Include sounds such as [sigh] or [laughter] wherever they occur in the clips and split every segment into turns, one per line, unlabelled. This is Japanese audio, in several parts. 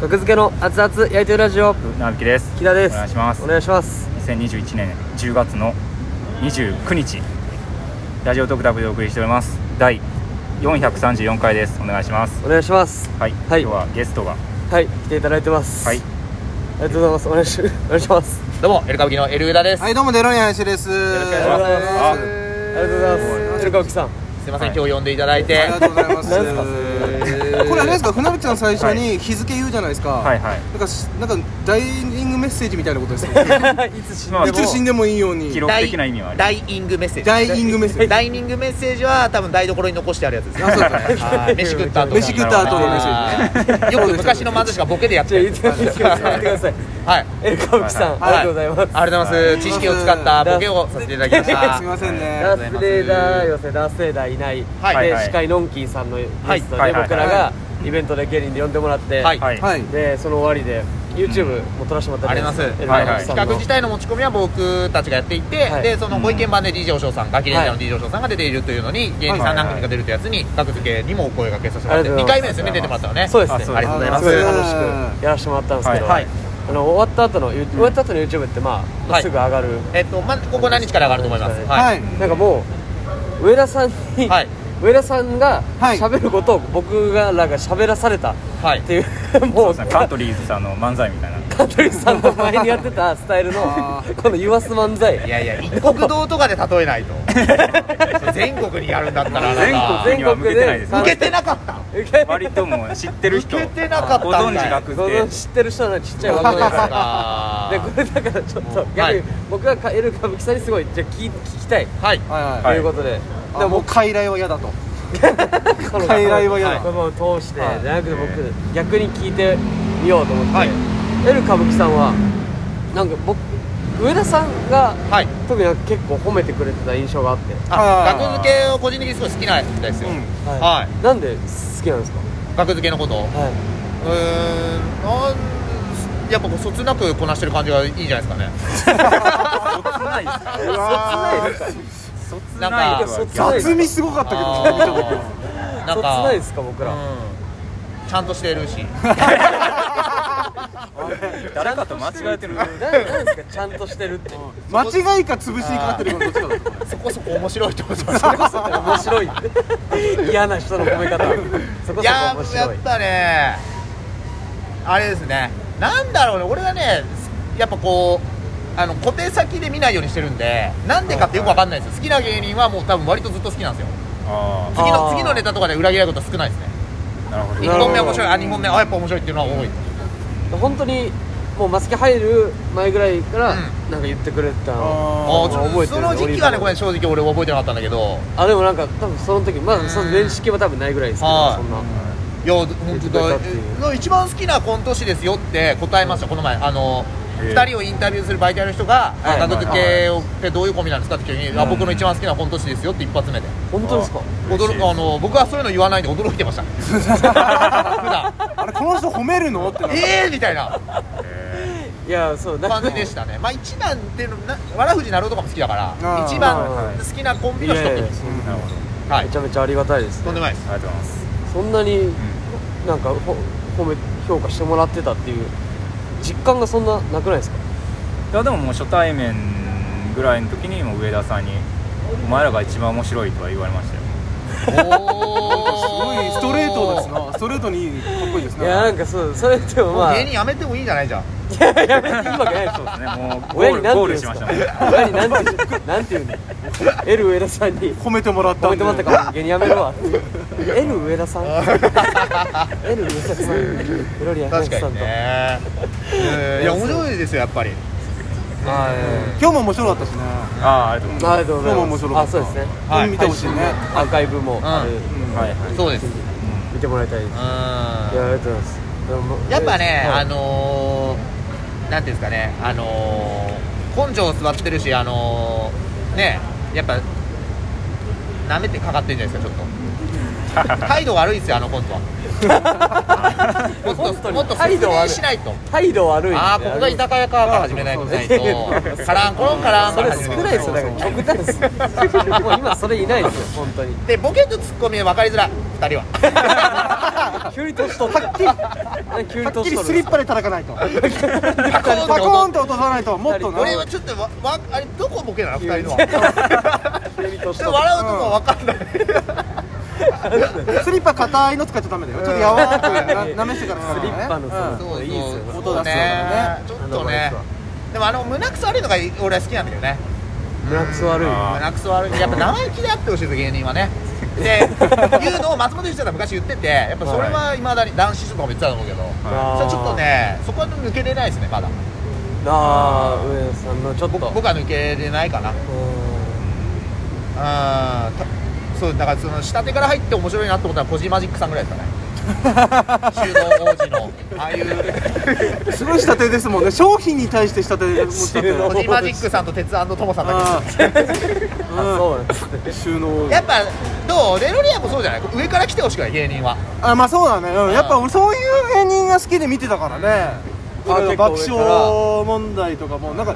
格付けの熱々焼いてるラジオ
なびきです
木田です
お願いします
お願いします
2021年10月の29日ラジオトーク W でお送りしております第434回ですお願いします
お願いします
はい、
はい
今日はゲストが
はい来ていただいてます
はい
ありがとうございますお願いしお願いします
どうも、エル歌舞伎のエルウダです。
はいどうもデロニアンシです。よ
ろしくお
あ
願いしま
あ
す
りがとうございます鶴川木さん
すいません、
はい
今日呼んでいただいて
あり。がとうございます。
何すか
これあれですか船渕さん最初
は
に日付言うじゃないですか。
はいはい
なんかしなんかダイイングメッセージみたいなことですよね。
いつ死ん [laughs]
まあ
いつ死んでもいいように
記。録的な意味はあり
ダイイングメッセージ。
ダイイングメッセージ。
ダイニングメッセージは多分台所に残してあるやつですね。
あそうですね
はい飯食った後。
飯食った後のメッセージね。
はいよく昔の貧しがボケでやって
じゃあ
る
言ってください言ってください言ってください
はい。
エル川木さんありがとうございます
ありがとうございます。知識を使ったボケをさせていただきまし
あ
た
すみ。ません
ダ
ね。
ースレーダー寄せダースレーダーいない、
はい
で、
はい
司会のんきーさんのゲストで、
はいはい
僕らがイベントで芸人で呼んでもらって、
はい。
はい
はい。
でその終わりで YouTube も撮らせてもらった
あります
エルガーさんの
企画自体の持ち込みは僕たちがやっていて、
はい
でそのご意見番で DJ おしょうさんガキレンジャーの DJ おしょうさんが出ているというのに芸人さん何組か出るというやつに格付けにもお声掛けさせてもらって
ありが
2
とうございま
回
す
目ですよね出てもらったのね
そうですね
あそう
ありがとうございます
ごい楽しくやらせてもらったんですけど、
はい
あの終わった後の、終わった後の YouTube ってまあ、
はい
すぐ上がる
えっとまここ何日から上がると思います
は
はいい。
なんかもう上田さんに、
はい
上田さんが
はい
喋ることを僕らが喋らされたっ
はい
ていう、も
そう
う
ですねカントリーズさんの漫才みたいな
香取さんの前にやってたスタイルの
あ
この言わす漫
い
才
やいや一国道と [laughs] かで例えないと全国にやるんだったらあな
全
た
国には向けてないです
全国
受け
ね
てなかった
割ともう知ってる人
受けてなかったん
ご
だよ
存知
[laughs]
学
ご
で
存知知ってる人はちっちゃい若いから
か
でこれだからちょっと逆に、
はい
僕はかエル歌舞伎さんにすごいじゃあ聞き聞きたい、
はい
はい
と
はい
いうことで、
い。
で
でも
も
う傀儡は嫌だと。
僕この
傀儡は嫌だ
このまま通して、
はい
じゃなくて僕、
え
逆に聞いてみようと思って、
はい
エル歌舞伎さんはなんか僕上田さんが
はい
特になんか結構褒めてくれてた印象があって、、
あ
はい
格付けを個人的にすごい好きなんですよ
うん
はい
なんで好きなんですか
格付けのことう
はい
ーんなんやっぱこうそつなくこなしてる感じがいいじゃないですかね
そつないですか
うわー
そつ
なん
ない
か
とは逆
そつない
雑味すごかったけど。
あー [laughs] な
そっ
ん
ちないで
か
すか僕ら、
うんちゃんとしてる
[laughs]
し
誰かと間違えてる
ななんですかちゃんとしてるって
間違いか潰しにかかってるかどっちかだと。
そこそこ面白いと思ってますい
面白いって嫌な人の褒め方そこそこ
や
面
や
白
っ
い
ぱねあれですねなんだろうね俺がねやっぱこうあの小手先で見ないようにしてるんでなんでかってよくわかんないですよ好きな芸人はもう多分割とずっと好きなんですよ
あ
次
あ
の
ー
次のネタとかで裏切られることは少ないですね
あなるほど
1
なるほど
本目面白いあ2本目あやっぱ面白いっていうのは多い
本当にもうマスケ入る前ぐらいから
うん
なんか言ってくれてた
あ
の、
ーちょっとその時期はねこれ
ん
正直俺覚えてなかったんだけど
あでもなんか多分その時まあその年式は多分ないぐらいですけど
はい
そんない
や本
言って
当
くれた
だ
っていう
えの一番好きなコント師ですよって答えました、この前あの、
へえ
2人をインタビューする媒体の人が「
はい
あ格付けをってどういうコンビなんですか?」って急に、あ
うん
僕の一番好きなコント師ですよ」って一発目で
本当ですか
嬉しい
驚あの僕はそういうの言わないんで驚いて
[laughs]
ました普段
あれこの人褒めるのってなった。
ええー、みたいな
え
いやそうなん
感
か
じでしたねまあ一番っていうのなわらふじなるとかも好きだから
ー
一
はいは
番
い
好きなコンビ
い
の
や
一
いやいや
組
ーなるほど
は
め
い
ちゃめちゃありがたいです
とんでもないです
ありがとうございます
そんなに
うん
なんかほ褒め評価してもらってたっていう実感がそんななくないですか
いやでももう初対面ぐらいの時にもう上田さんに「お前らが一番面白い」とは言われましたよ
おー
すごいストレートですな。ストレートにかっこいいです
いやな
ね
ん。かそうそれでも
も
ま
う
あ
芸人やめてもいいんじゃないじゃん
やめていいわけないでし
そう
ょ
ですねもうゴ
親
ー
に
ル
なんて言うん
ゴール
で
し
す
ま
か
したもんね
親になんて言うなんて言うのエル上田さんに
褒めてもらっ
褒
たん
めて
で。
もらったから芸人やめるわってエル上田さんエル上田さんエロリアン
確
さ
か
んと
にねうんいや面白いですよやっぱり
はい
[laughs] 今日も面白かったしね。
ああありがとうござい
あ
ま
りがとうござい
今日も
ま
面
す
白か
あ
った
そうですね
はい
見てほしいね。
アーカイブもある
う
すはいはい
そうですうん
見てもらいたいですいやありがとうございますでも
やっぱね
はい
あのーなんていうんですかねあのー根性を座ってるしあのーねやっぱなめて [laughs] かかってるんじゃないですかちょっと態度悪いですよあのコントは本当と
本当に
もっと説明しないと
態度悪い
ああここが居酒屋かから始めないとないとカランコロンカラン
そ
か
れ
ら始
少
め
ないですよだから極端ですよもう今それいないですよ本当に
でボケとツッコミで分かりづらい2人は
急に年取ったなんか急に
はっき
年
りス
取
リ
る
ッパで叩かないと
パコーンって
パコーン
音
って落とさないともっとな
俺はちょっとわわあれどこボケなの2人のはちょっと笑うとこ分かんない
スリッパ硬いの使っちゃダメだよちょっと柔らかくな舐めしてから
スリッパの
うん
そのいいですよ
音出すよね
ちょっとねでもあの胸くそ悪いのが俺は好きなんだよね
胸くそ悪い
あ
胸くそ悪いやっぱ生意気であってほしいです芸人はねでいうのを松本人志さんが昔言っててやっぱそれはいまだに男子とかも言ってたと思うけど、
あー
それちょっとねそこは抜けれないですねまだ
ああ上野さんのちょっと
僕は抜けれないかなあーたそうだからその下手から入って面白いなってことはコジマジックさんぐらいですかね修道王子のああいう
すごい仕立てですもんね商品に対して仕立ても仕立て
収納 [laughs]
コジマジックさんと鉄腕のトモさんだ
あ
け
うんあそうなんですね
ー収納
やっぱどうレロリアンもそうじゃない上から来てほしくない芸人は
あまあそうだね、う
うん
ん、やっぱ俺そういう芸人が好きで見てたからね
あ結構上から
爆笑問題とかもなんか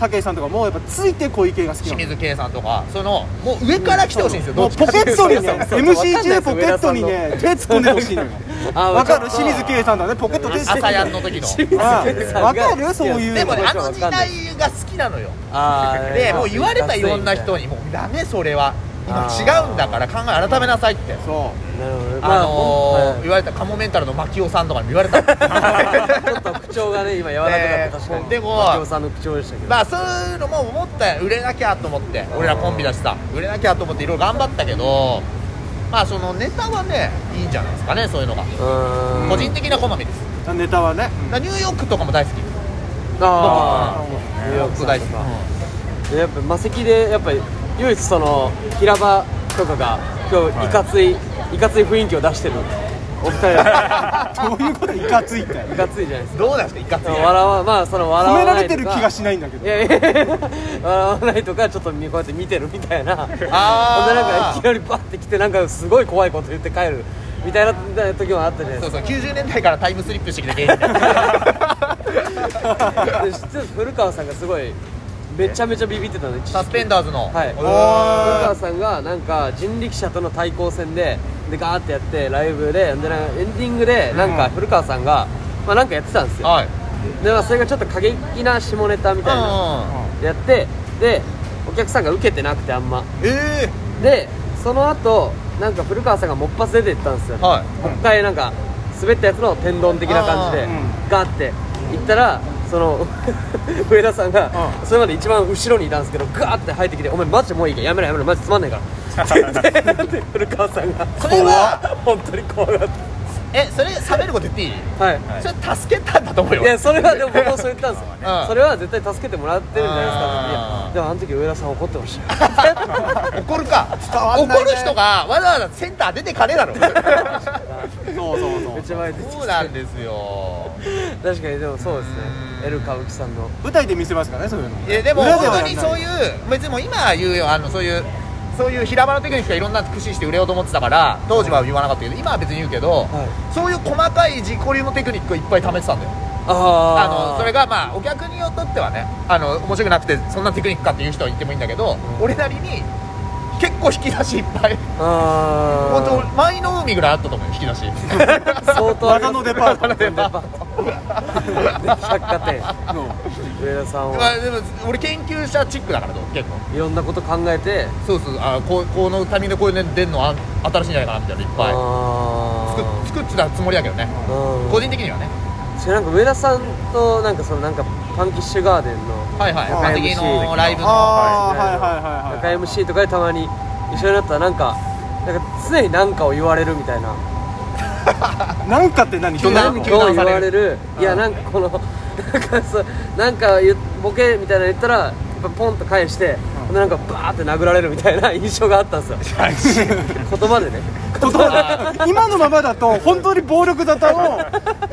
武井さんとかもやっぱついてこういう系が好きな
清
の
水圭さんとかそのもう上から来てほしいんですよど
も
っ
う
ち
[laughs] ポ
かって
ケ
いう
ッ
と
トに
そうそうそ
ね
う
MCJ ポケットにね手突っ込んでほしいのよ
あ
わかる
わかる
清水圭さんだねポケット手突っ
朝や
込
ん
んで
の時の
あ
清水圭さんが
わかるそういう
でもね
わ
あ
かんない
の時代が好きなのよ
あー
でもう言われたいろんな人
に
にもうダメそれは今
あー
違うんだから考え改めなさいって
そ
なるほど
あの
ほん
ー言われたカモメンタルの牧雄さんとかにも言われ
[laughs]
た
ちょっと口調がね今柔らかかった確かに
でも
松尾さんの口調でしたけど
[laughs] まあそういうのも思ったよ売れなきゃと思って俺らコンビだしさ売れなきゃと思っていろいろ頑張ったけどまあそのネタはねいいんじゃないですかねそういうのが
うーん
個人的な好みです
うネタはね
だからニューヨークとかも大好きニ
ああ
ューヨーク大好き
やっぱマセキでやっぱり唯一その平場とかが今
は
日
い
いかつい、い、かつい雰囲気を出してるお二人は
どういうこといかついって
いかついじゃないです
どうなんですかいかつい
か笑わまあその笑
褒
わ
めら
な
れ
いと
て
か
る気がしないんだけ
い
ど
やいやいや笑わないとかちょっとこうやって見てるみたいなほんでなんか
あ
い
ー
きなりバッて来てなんかすごい怖いこと言って帰るみたいな時もあったじゃない
そ
です
うそう90年代からタイムスリップしてきた芸人 [laughs]
かで実は古川さんがすごいめちゃめちゃビビってたので
サスペンダーズの
はい、古川さんがなんか人力車との対抗戦ででガーってやってライブででなんかエンディングでなんか古川さんが、まあ、なんかやってたんですよ
はい
で、まあ、それがちょっと過激な下ネタみたいなでやってでお客さんが受けてなくてあんま
うんえ
でその後なんか古川さんがもっぱつ出て行ったんですよ
えはい
もう一回なんか滑ったやつの天丼的な感じで
あ
ー
ガーって行ったらその [laughs] 上田さんがそれまで一番後ろにいたんですけどガーって入ってきて「お前マジもういいからやめろやめろマジつまんないから」
[laughs]
って言って古川さんが
それは
本当に怖がっ
えそれ喋ること言っていい
てはい
はい
それ助けたんだと思うよ
いやそれはでも僕もそう言ったんですよ、
[laughs] うん
それは絶対助けてもらってるんじゃないですか
あー
っていやでもあの時上田さん怒ってました
[laughs] 怒るか
伝わんないね
怒る人がわざわざセンター出てかねえだろ
そうそうそ
めっ
う
ちゃ前出てきて
[laughs] そうなんですよ
確かにでもそうですね
うん
エル歌舞伎さんの
舞台で見せますからねそういうの
いやでも
裏
本
では
当
やんない
にそういう別にもう今は言うよあのそういうそういう平場のテクニックがいろんな駆使して売れようと思ってたから当時は言わなかったけど今は別に言うけど、
は
そういう細かい自己流のテクニックをいっぱい試してたんだよあ
あ
のそれがまあお客によとってはねあの面白くなくてそんなテクニックかっていう人は言ってもいいんだけど、
うん
俺なりに結構引き出しいっぱい
あ
本当舞の海ぐらいあったと思うよ引き [laughs] 出し
相当あります
中野デパー
中
ト
野デパートで百貨店
の
上田さん
ま
は
あでも俺研究者チックだからと結構
いろんなこと考えて
そうそうあこうこのタイミングでこういうの出るのあ新しいんじゃないかなみたいなのいっぱい作
あ
っ作ってたつもりだけどね
ーうん
個人的にはね
それなんか上田さんとなんかそのなんかパンキッシュガーデンの
はいはい
あ
マセキのライブの
あ
は
あはいいはいはいはい
中 MC とかでたまに一緒になったらなんかなんか常に何かを言われるみたいな
なんかって何どんな
何か
こと
急
を
な
言われるいやなんかこのなんかそうなんか言うボケみたいなの言ったらやっぱポンと返して、
うん
でなんかバーって殴られるみたいな印象があったんですよ言葉でね
言葉で今のままだと本当に暴力沙汰を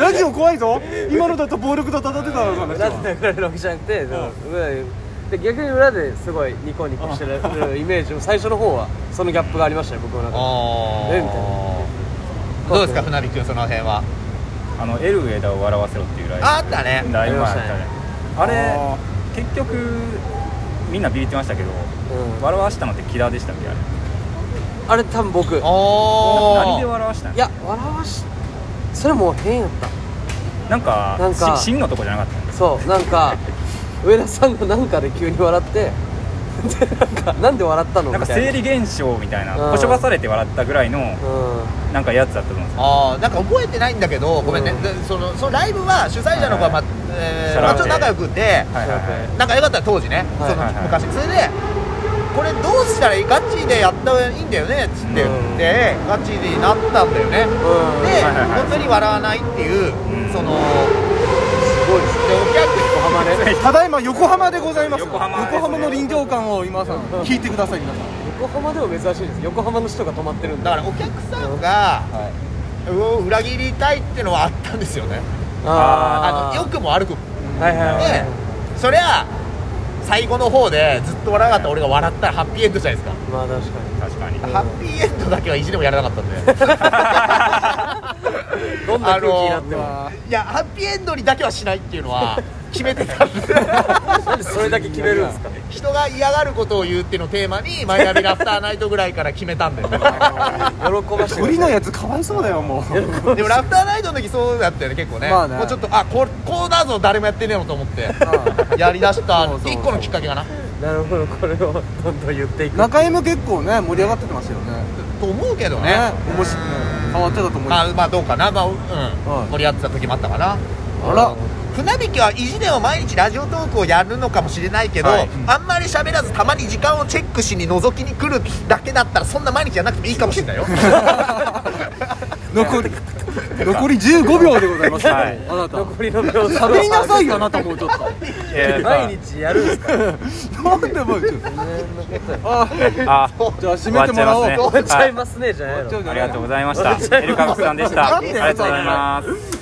ラジオ怖いぞ今のだと暴力沙汰だってたのかな
なぜ殴られるわけじゃなくて、その裏でで逆に裏ですごいニコニコしてるイメージも最初の方はそのギャップがありましたね僕の中で
あー
えみたいな
どうですか船引くんその辺は
あの「エル枝を笑わせろ」っていうライブ
あったね
ライブもあったねあれ
あ
結局みんなビビってましたけど
うん
笑わしたのってキラーでしたっけあれ
あれ多分僕い
あ
何で
ー
笑わしたの
や笑わしそれもう変やっ
なんか
なんか
し真のとこじゃなかった
そうなんか上田さんがなんかで急に笑って [laughs] でなんかなんで笑った
た
の
[laughs] なん
み
か
たい
生
な
理現象みたいな
うん
こしょばされて笑ったぐらいの
うん
なんかやつだったと思うんですよ
あーなんか覚えてないんだけどごめんね、
うん
でそのそのライブは主催者の子は、ま
はい
え
シ
ー
ャ
ま
ラ
あ、ちょっと仲良くて
はいはいはい
仲良かった当時ね、
はい
その
はいはい
昔それでこれどうしたらいいガチでやったらいいんだよねっつって言って、ガチになったんだよね、
うん
で、
す
はいはいはい
本当に笑わないっていう、
うん
その
ごいです
でお客
横浜 [laughs] ね
[laughs] ただいま横浜でございます
横浜ですね
の臨場感を今さん聞いてください皆さん
横浜でも珍しいです横浜の人が泊まってるん
だ
だ
からお客さんが、うお裏切りたいってのはあったんですよねあの良くも悪くも
くはいはいはい、
ねそりゃ最後の方でずっと笑わなかった俺が笑ったらハッピーエンドじゃないですか、
まあ確かに
確かに
ん
ハッピーエンドだけは意地でもやらな
[laughs]
かったんで
どんな空気になっても
あ
いやハッピーエンドにだけはしないっていうのは決めてたんで
なんでそれだけ決めるんですか
人が嫌がることを言うっていうのをテーマ
[laughs]
にマイナビラフターナイトぐらいから決めたんだよ
喜ばしてくだ
[laughs] 鳥の
さい
やつかわいそうだよもう
でもラフターナイトの時そうだったよね結構ね,、
まあね
もうちょっとあここうだぞ誰もやってねえのと思
[laughs]
って
う
やりだした
そうそうそう
一個のきっかけかな
なるほどこれをどんどん言っていく
[laughs] 中居も結構ね盛り上がっててますよね
と思うけどね
ね面白い変わってたと思い
ま
ます
あまあどうかなまあうん、
い
盛り合ってた時もあったかな
あら
船引きは意地でも毎日ラジオトークをやるのかもしれないけど、
はい
あんまり喋らずたまに時間をチェックしに覗きに来るだけだったらそんな毎日じゃなくてもいいかもしれないよ
残 [laughs] り残り15秒でございます
はい
あなた
残りの秒数
喋りなさいよあなたもうちょっと [laughs]
いや
毎日やるんですか
なんでもうちょっとあ
あ
じゃあ締めてもらおう
終わっちゃいますね
終わっちゃいますねじゃないの
は
終わっちゃう
ありがとうございましたエルカブスさんでしたありがとうございます